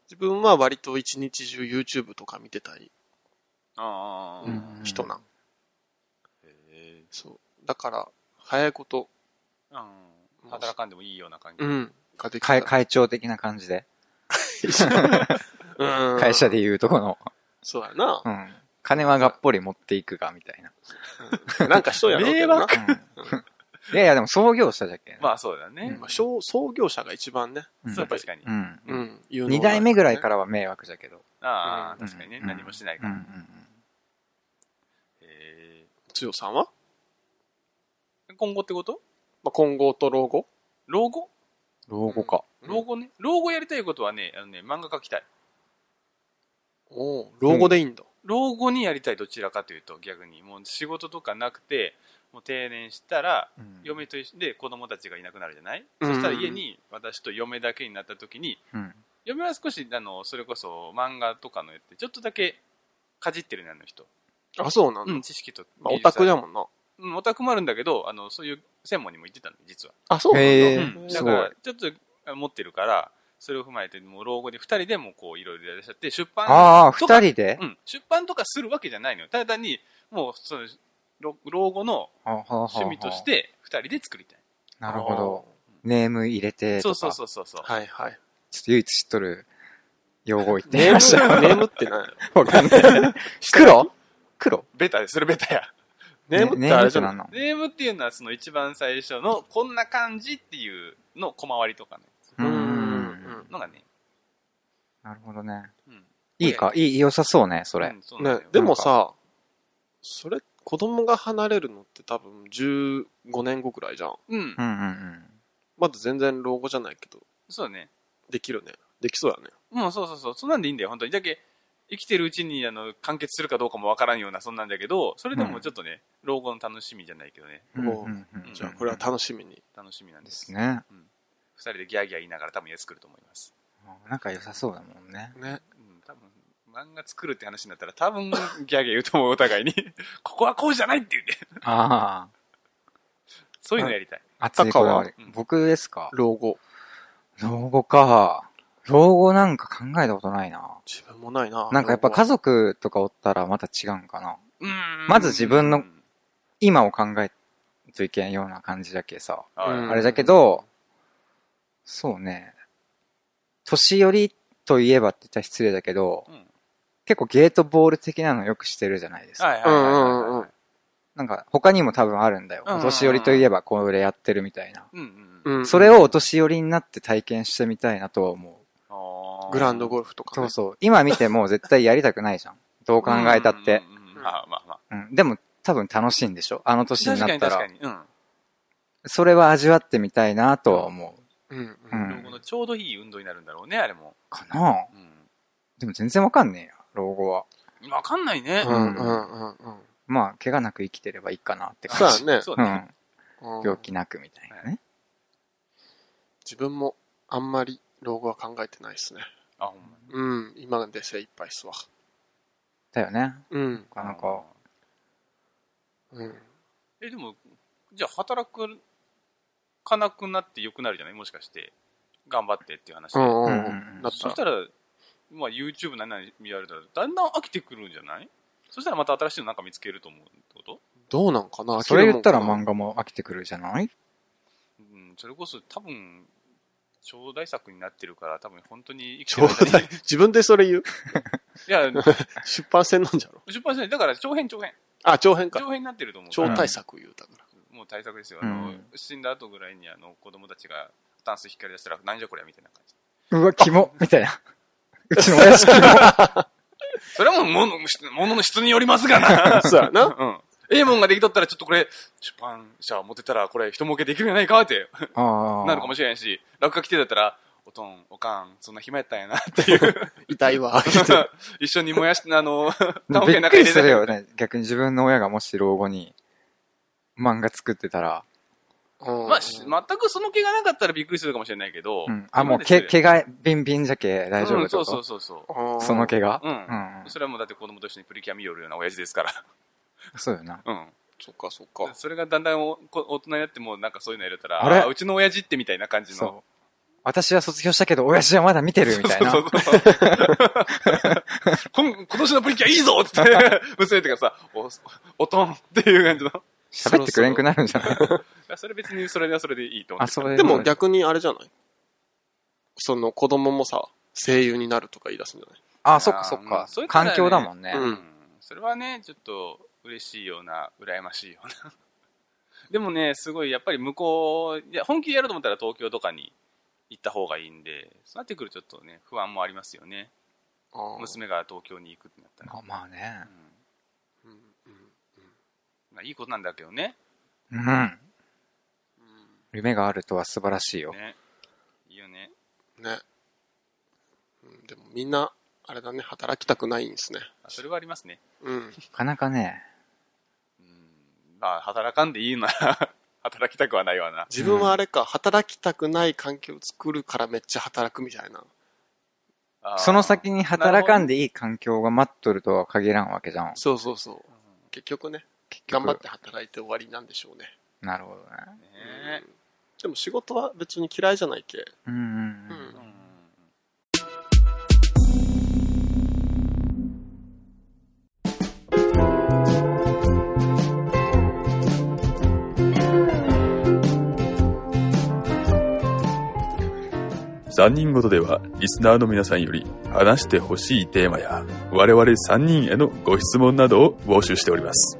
S2: 自分は割と一日中 YouTube とか見てたり、
S1: ああ、
S3: うん
S2: 人なん。
S1: へ
S2: そう。だから、早いこと、
S1: えうん。働かんでもいいような感じ。
S2: うん、ができた
S3: 会、
S2: ら。
S3: 会長的な感じで。
S2: うん
S3: 会社で言うとこの。
S2: そうやな
S3: う。ん。金はがっぽり持っていくが、みたいな。
S2: なんかしとんやろう
S1: 迷
S2: けど な。
S3: うんいやいや、でも創業者じゃけん。
S1: まあそうだね
S3: う。
S2: まあ、小創業者が一番ね、
S3: うん
S1: そう、確かに。
S3: うん。
S2: うん、有能な
S3: 二代目ぐらいからは迷惑じゃけど。
S1: ああ、
S3: うん
S1: 確かにね。
S3: うん
S1: 何もしないか
S3: うんう
S1: ら。
S3: ん
S1: へ
S2: 強さんは、
S1: え今後ってこと
S2: まあ、今後と老後
S1: 老後
S3: うん。老後か。
S2: うん
S1: 老後ね。老後やりたいことはね、あのね、漫画描きたい。
S2: おう老後でいいんだ。
S1: 老後にやりたい、どちらかというと、逆に。もう仕事とかなくて、もう定年したら、
S3: うん
S1: 嫁と一緒で子供たちがいなくなるじゃない、
S2: うん
S1: そしたら家に私と嫁だけになった時に、
S3: うん。
S1: 嫁は少し、あの、それこそ漫画とかのやって、ちょっとだけかじってるね、あの人。
S2: あ、そうなんだ。
S1: うん、知識と。
S2: まあ、オタクだ
S1: ん。
S2: もんな。
S1: うん、オタクもあるんだけど、あの、そういう専門にも行ってたの、実は。
S2: あ、そうなんだ。
S3: へえ
S1: うん、だ
S3: す
S1: か
S3: ごい
S1: ら、ちょっと持ってるから、それを踏まえて、もう老後に二人でもこう、いろいろやらっしゃって、出版
S3: ああ、
S1: とか
S3: 二人で
S1: うん、出版とかするわけじゃないのよ。ただ単に、もう、その、老老後の
S3: 趣
S1: 趣味とし。て、二人で作りたい。
S3: なるほど。ネーム入れて
S1: そ
S3: と
S1: う
S3: か。
S1: そうそうそうそう。
S2: はいはい。
S3: ちょっと唯一知っとる用語を言ってみ
S2: ネ
S3: まし
S2: ー
S3: た。
S2: ム、ネーム って何やろ
S3: わかんない。黒黒
S1: ベタです、それベタや。
S2: ネームってあれじゃない
S3: ネームって
S1: ネームっていうのは、その一番最初の、こんな感じっていうの、小回りとかね。
S3: 何なの
S2: う
S3: うん
S2: ん。
S1: のがね。
S3: なるほどね。
S1: うん。
S3: いいか、いい、良さそうね、それ。
S1: うんそうなん
S2: ね
S1: だよ、
S2: でもさ、それ、子供が離れるのって多分15年後くらいじゃん。
S1: うん
S3: う。んうんうん。
S2: まだ全然老後じゃないけど、
S1: そうだね。
S2: できるね。できそうやね。
S1: もうそうそうそう。そんなんでいいんだよ、本当に。だけ、生きてるうちに、あの、完結するかどうかもわからんような、そんなんだけど、それでもちょっとね、老後の楽しみじゃないけどね、
S3: うん
S2: おう
S3: うんうん
S2: じゃあこれは楽しみに。
S1: 楽しみなんで。
S3: ですすね。
S1: 二人でギャーギャー言いながら多分家作ると思います。
S3: なんか良さそうだもんね。
S2: ね。
S1: うん、多分、漫画作るって話になったら多分ギャーギャー言うと思う、お互いに。 ここはこうじゃないって言って。
S3: あ
S1: そういうのやりたい。
S3: あ。熱いこだわり
S1: 高はうん。
S3: 僕ですか
S2: 老後。
S3: 老後か。老後なんか考えたことないな。
S2: 自分もないな。
S3: なんかやっぱ
S2: 老後
S3: 家族とかおったらまた違うんかな。
S1: うん
S3: まず自分の今を考えといけんような感じだけさ。
S2: うん
S3: あれだけど、そうね。年寄りといえばって言ったら失礼だけど、
S1: うん
S3: 結構ゲートボール的なのよくしてるじゃないですか。
S1: はいはいはいはいはい。
S2: うんうんうん
S3: なんか他にも多分あるんだよ。
S1: うん
S3: お年寄りといえばこれやってるみたいな。
S1: うんうん
S2: うん
S3: それをお年寄りになって体験してみたいなとは思う。
S1: あー
S2: グランドゴルフとか
S3: そ
S2: ね
S3: う。そう。今見ても絶対やりたくないじゃん。どう考えたって。
S1: うんうんうんまあまあまあ。
S3: うん、でも多分楽しいんでしょ。あの年に
S1: 確
S3: な
S1: か
S3: っ
S1: に
S3: た
S1: 確
S3: ら
S1: か。に。うん。
S3: それは味わってみたいなとは思う。
S2: うん
S3: う
S2: うん
S3: ん。
S1: 老後のちょうどいい運動になるんだろうね、あれも。
S3: かなあ
S1: う
S3: でも全然わかんねえや、老後は。
S1: ん。わかんないね
S2: う。んうんうんうん。
S3: まあ、怪我なく生きてればいいかなって
S2: そう
S3: 感
S2: や
S3: じ。
S2: ね。
S1: そう
S3: う
S1: ね
S3: ん。。
S2: うん
S3: 病気なくみたいなね。
S2: 自分もあんまり老後は考えてないですね。
S1: あ、ほんまに。
S2: うん。今で精一杯っすわ。
S3: だよね。
S2: うん。
S3: なかなか。
S2: うん。
S1: え、でも、じゃあ働く、かなくなって良くなるじゃないもしかして。頑張ってっていう話
S2: う
S1: で。
S2: んう
S3: う
S2: ん
S3: んう
S2: うんん。だっ
S1: そ
S2: た
S1: した
S2: ら
S1: ら、まあ YouTube 何々見られたら、だんだん飽きてくるんじゃないそしたらまた新しいのなんか見つけると思うってこと
S2: どうなんかな
S3: それ言ったら
S2: もん
S3: 漫画も飽きてくるじゃない
S1: うん、それこそ多分、超大作になってるから、多分本当に生きて
S2: 超
S1: る間
S2: 大
S1: に。、
S2: 自分でそれ言う
S1: いや、
S2: 出版戦なんじゃろ
S1: 出版社だから長編長編。
S2: あ、長編
S1: 長
S2: か。
S1: 編になってると思うか
S2: 超
S1: ら。
S2: 大作言うたから。
S1: もう対策ですよ。あの、
S3: うん
S1: 死んだ後ぐらいにあの子供たちがタンス光り出したら、なんじゃこりゃみたいな感じ。
S3: うわ、キモみたいな。うちの親父キモ
S1: それはもうものものの質によりますがな。
S2: そうやな。
S1: うん。ええもんができとったら、ちょっとこれ、出版社持ってたら、これ、人儲けできるんやないかって、
S3: ああ。
S1: なるかもしれんし、落書き手だったら、おとん、おかん、そんな暇やったんや なっていう。
S2: 痛いわ。
S1: 一緒に燃やして、あ の、
S3: びっくりする
S1: よ。
S3: よね。逆に自分の親がもし老後に漫画作ってたら、
S2: うん
S1: まあ、し全くその気がなかったらびっくりするかもしれないけど。
S3: うん、あ、もう
S1: 今
S3: 毛、
S1: です
S3: 毛がビンビンじゃけ大丈夫
S1: うん
S3: ってこ
S1: そう
S3: と
S1: そうそうそう。
S2: うん
S3: その毛が
S1: うん
S3: うん
S1: それはもうだって子供と一緒にプリキュア見よるような親父ですから。
S3: そうよな。
S1: うん。
S2: そっかそっか。
S1: それがだんだんおこ大人になってもなんかそういうのやれたら、
S3: あれ
S1: ーうちの親父ってみたいな感じの。
S3: そう。私は卒業したけど、親父はまだ見てるみたいな。
S1: そうそうそうこん今年のプリキュアいいぞって言って、娘とかさ、お、おとんっていう感じの。い
S3: 喋ってくれんくなるんじゃない
S1: やそれ別にそれではそれでいいと思
S3: あ、
S1: う。
S3: それ
S2: でも逆にあれじゃないその子供もさ、声優になるとか言い出すんじゃない
S3: あ、そっかそっ
S1: あー
S3: か
S1: そういう。ことだよ
S3: 環
S1: ね
S3: 境だもんね。
S2: うん
S1: それはね、ちょっと嬉しいような、羨ましいような。 でもね、すごいやっぱり向こう、いや本気でやると思ったら東京とかに行った方がいいんで、そうなってくるとちょっとね、不安もありますよね。
S2: あー
S1: 娘が東京に行くってなったら。
S3: あまあね
S1: う。ん
S2: うんうん
S1: まあ、いいことなんだけどね。
S3: うん。
S2: うん
S3: 夢があるとは素晴らしいよ。
S1: ねいいよね。
S2: ね。うん、でもみんな、あれだね、働きたくないんですね。
S1: あそれはありますね。
S2: うん。
S3: なかなかね。
S1: うん。まあ、働かんでいいなら 働きたくはないわな。
S2: 自分はあれか、働きたくない環境を作るからめっちゃ働くみたいな。
S1: あー
S3: その先に働かんでいい環境が待っとるとは限らんわけじゃん。
S2: そうそうそう。結局ね、
S3: 結
S2: 頑
S3: 局
S2: 張って働いて終わりなんでしょうね。
S3: なるほどね。
S1: ね
S2: うんでも仕事は別に嫌いじゃないけ。
S3: うんうん
S2: う
S3: うん。
S1: うん
S2: ん。
S1: 3人ごとではリスナーの皆さんより話してほしいテーマや我々3人へのご質問などを募集しております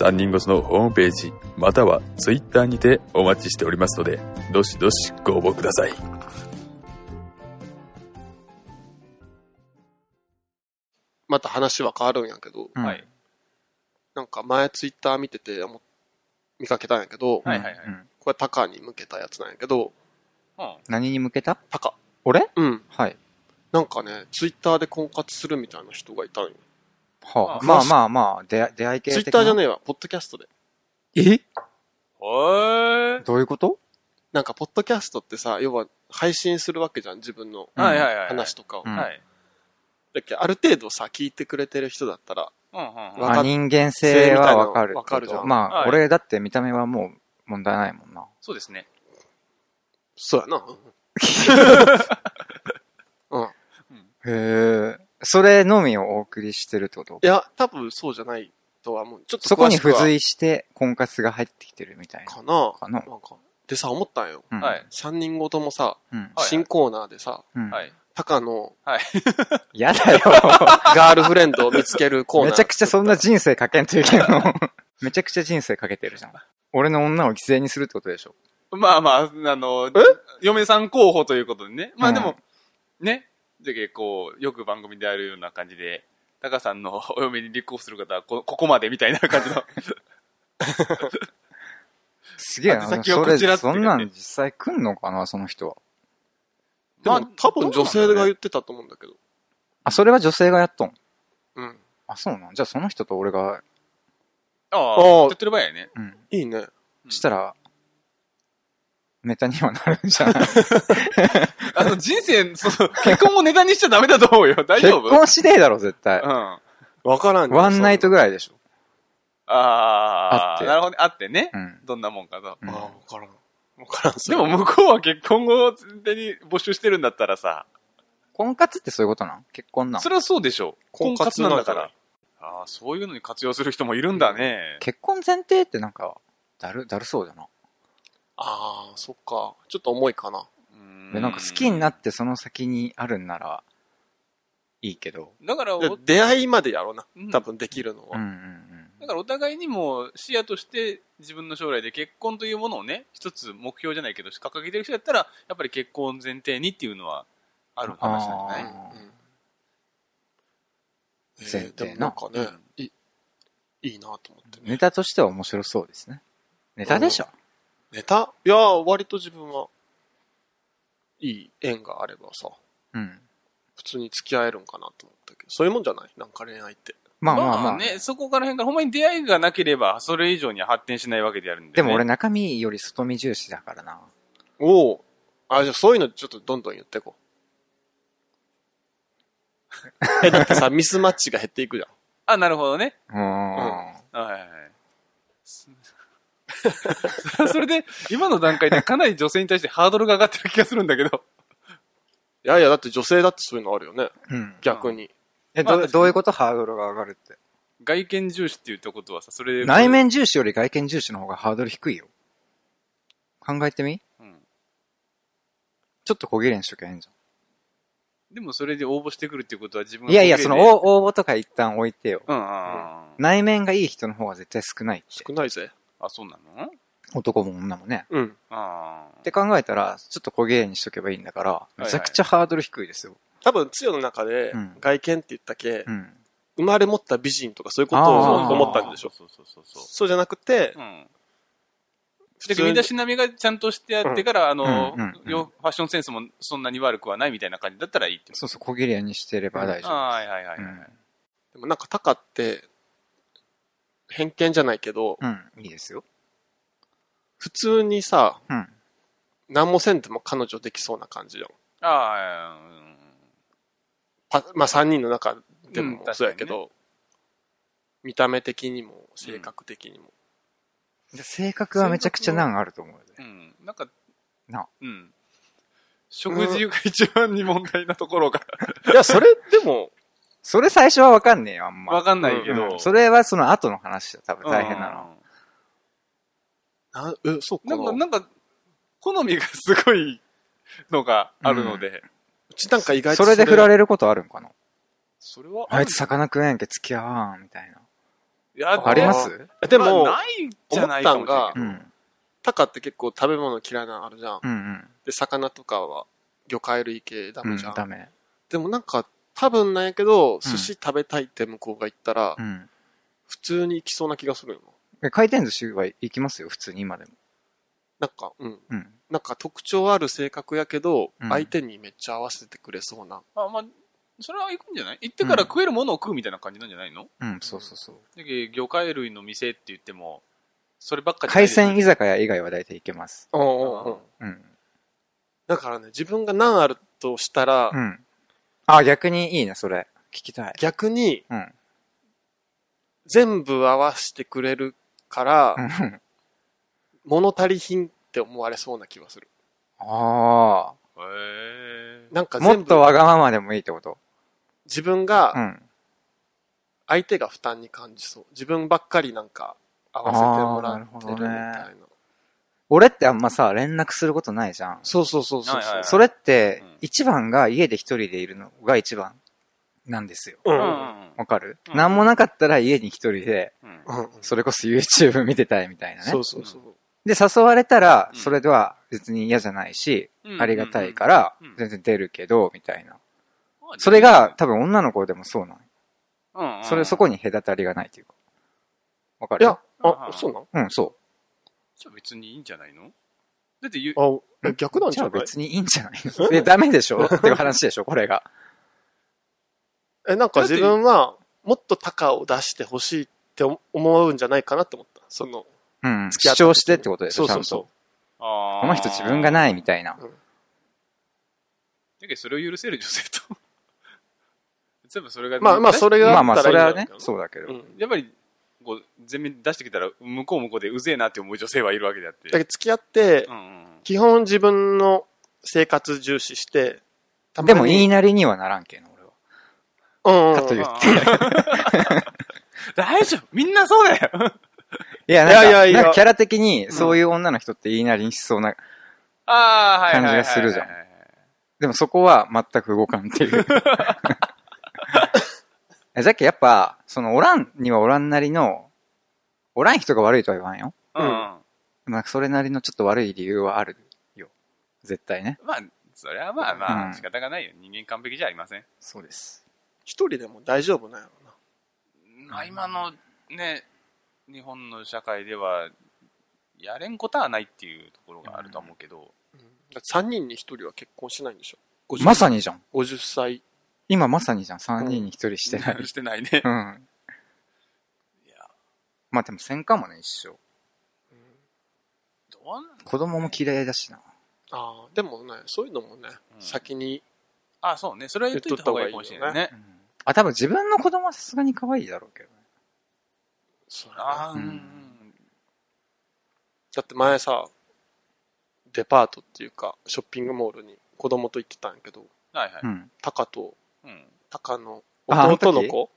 S1: 3人ごとのホームページまたはツイッターにてお待ちしておりますのでどしどしご応募ください
S2: また話は変わるんやけど、
S3: うん
S1: はい。
S2: なんか前ツイッター見てて思っ見かけたんやけど、
S1: はいはいはい
S3: うん
S2: これタカに向けたやつなんやけど、
S3: 何に向けた
S2: タカ。
S3: 俺
S2: うん。
S3: はい。
S2: なんかね、ツイッターで婚活するみたいな人がいたんよ。
S3: はあ、
S1: まあ
S3: まあまあまあ、出会出会い系
S2: ツイ
S3: 的
S2: ッターじゃ
S3: ね
S2: ねえわ、ポッドキャストで。
S3: え
S1: は
S3: どういうこと
S2: なんか、ポッドキャストってさ、要は配信するわけじゃん、自分の
S1: いはいはいはい
S2: 話とかを。
S3: うん
S1: はい
S2: だっけある程度さ、聞いてくれてる人だったら、
S1: うんうんうん
S2: わか
S3: あ、人間性はわかるってこと。
S2: わかるじゃん
S3: ま
S1: はい
S3: あ、俺だって見た目はもう問題ないもんな。
S1: そうですね
S2: そうやな。うん。い
S3: へえ。それのみをお送りしてるってこと
S2: や、多分そうじゃないとは思う。ちょっと
S3: そこ
S2: 詳
S3: に
S2: しくは
S3: 付随して婚活が入ってきてるみたいな。
S2: かな。
S3: かな
S2: なんか。でさ、思ったんよ。
S3: うん
S1: はい。
S2: 3人ごともさ、
S3: うん。
S1: はい
S2: 新コーナーでさ、
S3: うん
S1: はい
S2: タカの
S3: やだよ。
S2: ガールフレンドを見つけるコーナー。
S3: めちゃくちゃそんな人生かけんといけんの。めちゃくちゃ人生かけてるじゃん。俺の女を犠牲にするってことでしょ。
S1: まあまああの嫁さん候補ということでねまあでも、ねじゃけこうよく番組であるような感じでタカさんのお嫁に立候補する方はこここ までみたいな感じの
S3: すげえ
S1: 宛
S3: な。
S1: 先を
S3: それ、
S1: こちらって
S3: そんなん実際来んのかな、その人は。
S2: でも、多分女性が
S1: う
S2: 言ってたと思うんだけど。
S3: あ、それは女性がやっとん。
S2: うん。
S3: あ、そうなん。じゃあその人と俺が、
S1: あ
S2: あ
S1: あ、
S2: あ
S1: 手っ取り早いね。
S3: うん。
S2: いいね。
S3: したら、ネタにはなるんじゃない
S1: あの、人生、その、 結婚もネタにしちゃダメだと思うよ。 大
S3: 結
S1: 丈夫
S3: 婚しねえだろ、絶対
S1: う。ん。あ
S2: わからんよ
S3: ワンナイトぐらいでしょ。
S1: あ
S3: あっ
S1: ー、
S3: て
S1: なるほどね。あってね
S3: う。ん。
S1: どんなもんかと。
S3: うん
S2: ああ、わからん。わからん。そ
S1: で
S2: れ
S1: も、向こうは結婚後を前提に募集してるんだったらさ、
S3: 婚活ってそういうことなん結婚なん
S1: それはそうでしょう。婚
S2: 婚
S1: 活
S2: 活
S1: な
S2: なん
S1: だ
S2: んだ
S1: か
S2: からら。
S1: ああ、そういうのに活用する人もいるんだね。
S3: 結婚前提ってなんか、だる、だるそうだな。
S2: ああ、そっか。ちょっと重いかな。
S1: うん
S3: で、なんか好きになってその先にあるんなら、いいけど。
S1: だからお、
S2: で出会いまでやろうな
S1: うん。
S2: 多分できるの
S3: う
S2: は。
S3: んうんうん。
S1: だからお互いにも視野として自分の将来で結婚というものをね、一つ目標じゃないけど、掲げてる人だったら、やっぱり結婚を前提にっていうのはある話なんじゃ
S2: う
S1: ない
S2: ん
S3: あー
S2: うんえ
S3: 前
S2: ー、で
S3: 提
S2: もな
S3: なん
S2: かね、いいいなと思ってね。
S3: ネタとしては面白そうですね。ネタでしょ。
S2: ネタいやー、割と自分は、いい縁があればさ、
S3: うん。
S2: 普通に付き合えるんかなと思ったけど、そういうもんじゃないなんか恋愛って。
S3: まあまあまあ。
S1: まあね、そこから辺から、ほんまに出会いがなければ、それ以上には発展しないわけであるんで、ね。
S3: でも俺中身より外見重視だからな。
S2: おお。あ、じゃあそういうのちょっとどんどん言って こう。え、だってさ、ミスマッチが減っていくじゃん。
S1: あ、なるほどね。
S3: うーん。
S1: はいはいはい。す それで、今の段階でかなり女性に対してハードルが上がってる気がするんだけど。
S2: いやいや、だって女性だってそういうのあるよね。
S3: うん。
S2: 逆に。
S3: え、
S1: まあ確
S3: ど
S1: か
S3: う
S1: に
S3: どういうことハードルが上がるって。
S1: 外見重視って言ったことはさ、それで
S3: 内面重視より外見重視の方がハードル低いよ。考えてみ
S1: うん
S3: ちょっと小切れにしときゃいいんじ
S1: でもそれで応募してくるっていうことは自分
S3: ゃん。
S1: が
S3: いやいや、その
S1: うん
S3: 応応募とか一旦置いてよ。
S1: うんうんうん。
S3: 内面がいい人の方が絶対少ないって。
S2: 少ないぜ。
S1: あ、そうなの
S3: 男も女もね。
S2: うん。
S1: ああ。
S3: って考えたら、ちょっと小切れにしとけばいいんだから、
S1: い
S3: めちゃくちゃハードル低いですよ。
S2: 多分、つよの中で
S3: うん、
S2: 外見って言ったけ、
S3: うん。
S2: 生まれ持った美人とかそういうこと
S3: あ
S2: を
S3: ー
S2: 思ったんでしょ。
S1: そうそうそうそう
S2: そうじゃなくて
S1: う。う、ん。
S2: 普
S1: で、
S2: 通
S1: 身
S2: に
S1: だしなみがちゃんとしてあってから、あの
S3: うんうん、うん
S1: よファッションセンスもそんなに悪くはないみたいな感じだったらいいってこ
S3: そうそう、小切れにしてれば大
S1: と。
S3: 丈夫。
S1: あーはいはいはいはい。
S2: でもなんかタカって、偏見じゃないけど、
S3: うん。うん。いいですよ。
S2: 普通にさ、
S3: うん。
S2: 何もせんでも彼女できそうな感じじゃん。
S1: ああ、うん。
S2: パまあ3人の中で
S1: うん確
S2: も
S1: かにね
S2: そうやけど、見た目的にも性格的にも、
S3: で性格はめちゃくちゃ難あると思うよね。
S1: うん。なんか、
S3: な
S1: うん。食事が一番に問題なところが、
S2: いやそれでも
S3: それ最初はわかんねえよ、あんま。
S1: わかんないけ
S3: う
S1: ど。
S3: んそれはその後の話だ、多
S1: うん
S3: 分大変なの。。
S2: なえそう
S1: な
S2: か
S1: ん
S2: な
S1: か、なんか、好みがすごいのがあるので、
S2: うちなんか意外と
S3: それで振ら
S2: れ
S3: れることあるんかな
S1: それは、
S3: あいつ魚食えんけ付き合わん、みたいな。
S1: いや
S2: ー
S3: あります
S2: でも、
S1: まあないじゃないかもしれないけ
S3: う
S1: ど
S3: ん。うん
S2: タカって結構食べ物嫌いなのあるじゃん、
S3: うん。
S2: で魚とかは魚介類系ダ
S3: うん
S2: メじゃん、
S3: ダメ。
S2: でもなんか多分なんやけど寿司食べたいって向こうが言ったら、
S3: うん。
S2: 普通に行きそうな気がするよな
S3: え回転寿司は行きますよ、普通に今でも。
S2: なんかうん
S3: うん。
S2: なんか特徴ある性格やけど、
S3: うん
S2: 相手にめっちゃ合わせてくれそうな
S1: あまあ、それは行くんじゃない行ってから食えるものを食うみたいな感じなんじゃないの、
S3: うん、そうそうそう。
S1: だけど魚介類の店って言っても、そればっかじゃない
S3: 海鮮居酒屋以外は大体行けます。
S2: うん
S1: うんうん
S3: うん。
S2: だからね、自分が何あるとしたら、
S3: うん。あ、逆にいいね、それ。聞きたい。
S2: 逆に
S3: うん。
S2: 全部合わせてくれるから、
S3: うん
S2: 物足りひんって思われそうな気はする。
S3: あ
S1: へー
S2: なんか
S3: あ。も
S2: 全
S3: っと
S2: 部
S3: わがままでもいいってこと
S2: 自分
S3: う
S2: が
S3: ん。
S2: 相手が負担に感じそう。自分ばっかりなんか合わせてもらってるみたい
S3: あーな
S2: な。
S3: る俺ってあんまさ、連絡することないじゃん。
S2: そうそうそうそう
S1: はいはいはい
S3: それって
S1: うん、
S3: 一番が家で一人でいるのが一番なんですよ。
S2: う
S1: うんんう
S2: うん
S1: ん
S3: わかる、
S1: うん
S3: なんもなかったら家に一人で、
S1: うん。
S2: うんうん
S3: それこそ YouTube 見てたいみたいなね
S2: そ。うそうそう。
S3: で、誘われたら、
S1: うん
S3: それでは別に嫌じゃないし、
S1: うん
S3: ありがたいから
S1: うん、
S3: 全然出るけど、みたいな。それが、、多分女の子でもそうなん。
S1: うんうん
S3: それ、そこに隔たりがないというか。わか
S2: い
S3: る
S2: や、
S1: う
S2: あ、
S1: ん
S2: そうなん
S3: うん、そ
S1: じゃあ別にいいんじゃないのだってゆ、
S2: あ、え逆な
S3: う。
S2: んじ
S3: じゃ
S2: ゃ
S3: あ
S2: ない
S3: 別にいいんじゃないの いや、ダメでしょっていう話でしょ、これが。
S2: え、なんか自分はもっと高を出してほしいって思うんじゃないかなって思った。その、
S3: うん。
S2: 付き合
S3: 主
S2: った時に
S3: 張してってことでし
S2: そ
S3: ょ、
S2: う
S3: ちゃ
S2: そ
S3: ん
S2: うそう
S3: と。。
S1: あ
S3: この人自分が
S1: な。
S3: ないみたいな。
S1: だけどそれを許せる女性と、 全部それが、
S2: まあまあ、それが
S3: ま
S2: あ
S3: あ
S2: った
S3: ま
S2: ら
S3: あ、
S2: いい
S3: それは
S2: んじゃない
S3: ね
S2: か、な
S3: そうだけど。
S2: うん
S1: やっぱり、こう、全面に出してきたら、向こう向こうでうぜえなって思う女性はいるわけであって。
S2: だけど付き合って
S1: う、んうん。
S2: 基本自分の生活重視して、たまに
S3: でも、言いなりにはならんけん、俺は。
S2: うんうん、
S3: かと
S2: い
S3: 言って。
S1: 大丈夫みんなそうだよ
S3: いや、なんか、
S2: いやいやいや
S3: なんかキャラ的に、そういう女の人って言いなりにしそうな、
S1: ああ、はいはいはいはい。
S3: 感じがするじゃん
S1: はいはいはい
S3: でもそこは全く動かんっていう。 じゃっけやっぱ、そのおらんにはおらんなりの、おらん人が悪いとは言わんよ。
S1: うん。
S2: うん
S3: まあ、それなりのちょっと悪い理由はあるよ。絶対ね。
S1: まあ、それはまあま
S3: うん
S1: あ、仕方がないよ。人間完璧じゃありません。
S3: そうです。
S2: 一人でも大丈夫なんやろな。
S1: まあ、今のね、日本の社会では、やれんことはないっていうところがあるとは思うけど、
S2: うん、だって3人に1人は結婚しないんでしょ。50
S3: まさにじゃん。
S2: 50歳。
S3: 今まさにじゃん。3人に1人してない。
S1: してないね
S3: う。ん。まあでも戦かもね、一生。
S2: うん
S1: どうなん
S3: 子供も嫌いだしな。
S2: ああ、でもね、そういうのもね、
S1: うん
S2: 先に、
S1: あ、そうね。それは言っといた方がいいかもしれないね。
S3: うんあ、多分自分の子供はさすがに可愛いだろうけどね。
S2: そうやな
S1: あー
S3: う
S1: うんん。
S2: だって前さ、デパートっていうか、ショッピングモールに子供と行ってたんやけど、
S1: はいはい。
S3: うん。
S2: タカと、
S1: うん。
S2: タカの
S3: あ
S2: 弟の子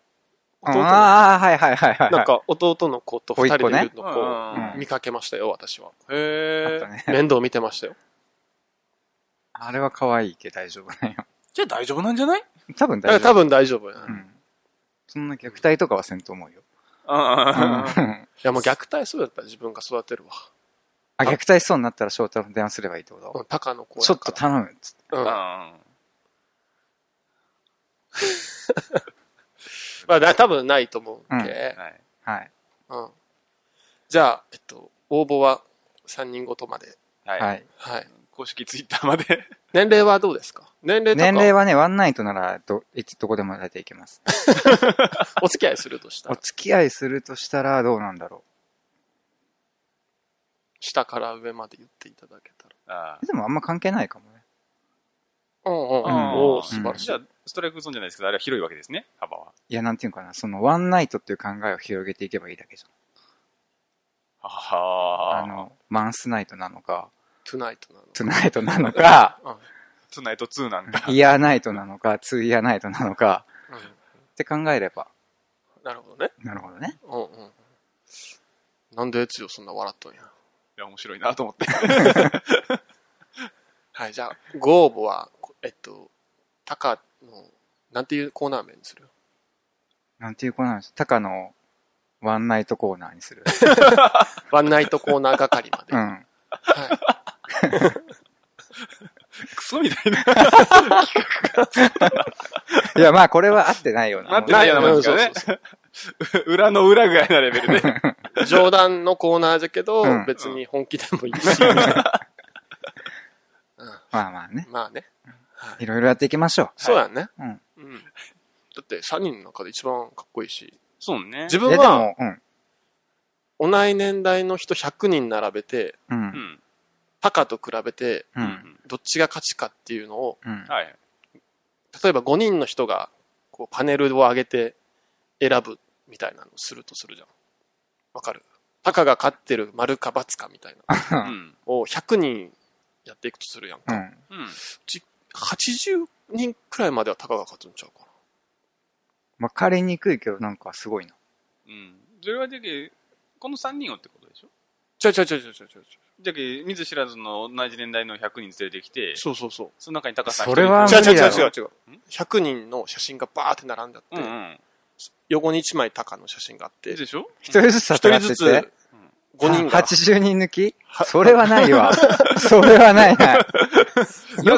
S2: 弟の
S3: ああ、はいはいはいはい。
S2: なん、か弟の子と二人でいるの
S1: 甥っ子ね
S2: 子を見かけましたよ、私は。
S1: へ
S3: あ
S1: え
S3: った。ね。
S2: 面倒見てましたよ。
S3: あれは可愛いけど大丈夫だよ。
S1: じゃあ大丈夫なんじゃない
S3: 多分
S2: だから
S3: 大丈
S2: 多
S3: 夫。
S2: 分大丈夫やな。
S3: う
S2: い
S3: ん。そんな虐待とかはせんと思うよ。
S1: う
S3: あ、
S2: やもう虐待そうやったら自分が育てるわ。
S3: 虐待しそうになったら翔太郎に電話すればいいってこと
S2: うんタカの子や
S3: ちょっ
S2: か
S3: と
S2: ら
S3: 頼むっつって。
S2: うん
S1: ん。う
S2: ま
S1: ん。
S2: あだ多分ないと思うけ。
S1: はい。
S3: はい。
S2: うん。じゃあ、えっと、応募は3人ごとまで。
S1: はい。
S3: はい。
S2: はい。
S1: 公式ツイッターまで。
S2: 年齢はどうですか年齢とか
S3: 年齢はね、ワンナイトなら、ど、いつどこでも出ていけ ます。
S2: お付き合いするとした
S3: お
S2: ら、
S3: 付き合いするとしたらどうなんだろ
S2: 下から上まで言っていただけたら。
S1: あ
S3: う。でもあんま関係ないかもね。
S2: うんうん。
S1: あ
S2: おー素晴らし
S1: じ
S2: い
S1: ゃ。あ、ストライクゾーンじゃないですけど、あれは広いわけですね、幅は。
S3: いや、なんていうのかな、そのワンナイトっていう考えを広げていけばいいだけじゃん。
S1: あ
S3: あの、マンスナイトなのか、
S2: トゥナイトなの。
S3: トゥナイトな のか、
S2: うん
S1: ツーナイトツーなんだ。
S3: イヤーナイトなのか、ツーイヤーナイトなのか、
S2: うん
S3: って考えれば、
S2: なるほどね。
S3: なるほどね。
S2: うんうん。なんでつよそんな笑っとんや。
S1: いや、面白いなと思って。
S2: はい、じゃあ、ご応募は、こえっと、タカの、なんていうコーナー名にする
S3: なんていうコーナーなんですタカのワンナイトコーナーにする。
S2: ワンナイトコーナー係まで。
S3: う
S2: はい。
S3: ん。
S1: クソみたいな。
S3: いや、まあこれは合ってないような。
S1: 合ってないようなもんですけどね
S2: うんそう
S1: 裏の裏ぐらいなレベルで。
S2: そう冗談のコーナーだけど、
S3: うん
S2: 別に本気でもいいし。みたいなう
S3: まあまあね。
S2: ん、 まあね。
S3: いろいろやっていきましょう。
S2: そうやね。
S3: うん。
S2: うん。だって、3人の中で一番かっこいいし。
S1: そうね。
S2: 自
S3: え、
S2: 分
S3: で
S2: は、
S3: も、うん。
S2: 同い年代の人100人並べて、
S1: う
S3: う。
S1: んん。
S2: タカと比べて、
S1: う
S3: う。
S1: んん。
S2: どっちが勝ちかっていうのを、
S3: うん。
S1: はい。
S2: 例えば5人の人がこうパネルを上げて選ぶみたいなのをするとするじゃん。わかるタカが勝ってる丸か×かみたいな
S1: う
S3: うん
S1: ん。
S2: のを100人やっていくとするやん
S3: う
S2: か。
S3: ん。
S1: うん。
S2: 80人くらいまではタカが勝つんちゃうか
S3: わかりにくいけど、なんかすごいな。
S1: うん。それはじゃけ、この3人をってことでしょ
S2: な。ちゃうちゃうちゃうちゃうちゃうちゃ
S1: じゃけ、見ず知らずの同じ年代の100人連れてきて
S2: う。、そうそうそう。
S1: その中に高さん
S3: それは
S2: 違う違う
S3: 無理
S2: 違
S3: だ
S2: う
S3: ろ
S2: 違う違う。100人の写真がバーって並んじゃって、
S1: うんうん。
S2: 横に1枚タカの写真があって、1
S1: でしょ
S3: 一人ずつ立
S2: 人
S3: って
S2: ずつ
S3: て。
S2: 5人が。
S3: 80人抜き
S2: は
S3: それはな いわ。それはないない。よ
S1: な
S3: く、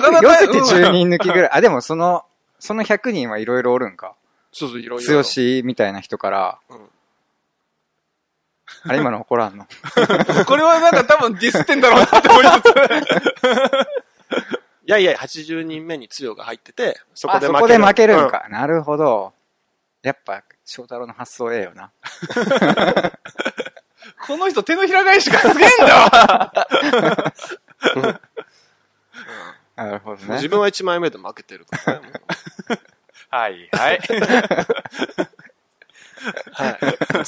S1: かな
S3: よ
S1: か
S3: くて10人抜きぐらい。あ、でもその、その100人はいろいろおるんか。
S2: そうそう、いろいろ。
S3: 強しみたいな人から。
S2: うん
S3: あれ、今の怒らんの。
S1: これはなんか多分ディスってんだろうなって思いつ
S2: いやいや、80人目に強が入ってて、 そこ
S3: あ
S2: で
S3: そ
S2: 負ける。
S3: こで負けるんか。なるほど。やっぱ、翔太郎の発想ええよな。
S1: つ。 この人手のひら返しがすげえんだわ
S3: なるほど
S2: うん。自
S3: ね。
S2: 分は1枚目で負けてるからね。もう
S1: はい、はい。
S2: はい。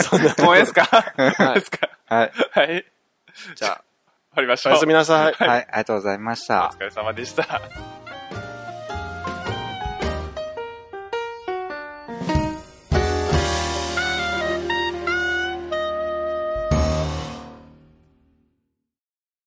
S2: そんな
S1: もうええですか
S2: はい
S1: ですか
S3: はい。
S1: はい。
S2: じゃ
S1: 終
S2: あ、
S1: わりまし
S2: お
S1: ょう。
S2: やすみなさい。
S3: はい、ありがとうございました
S1: お。疲れ様でした。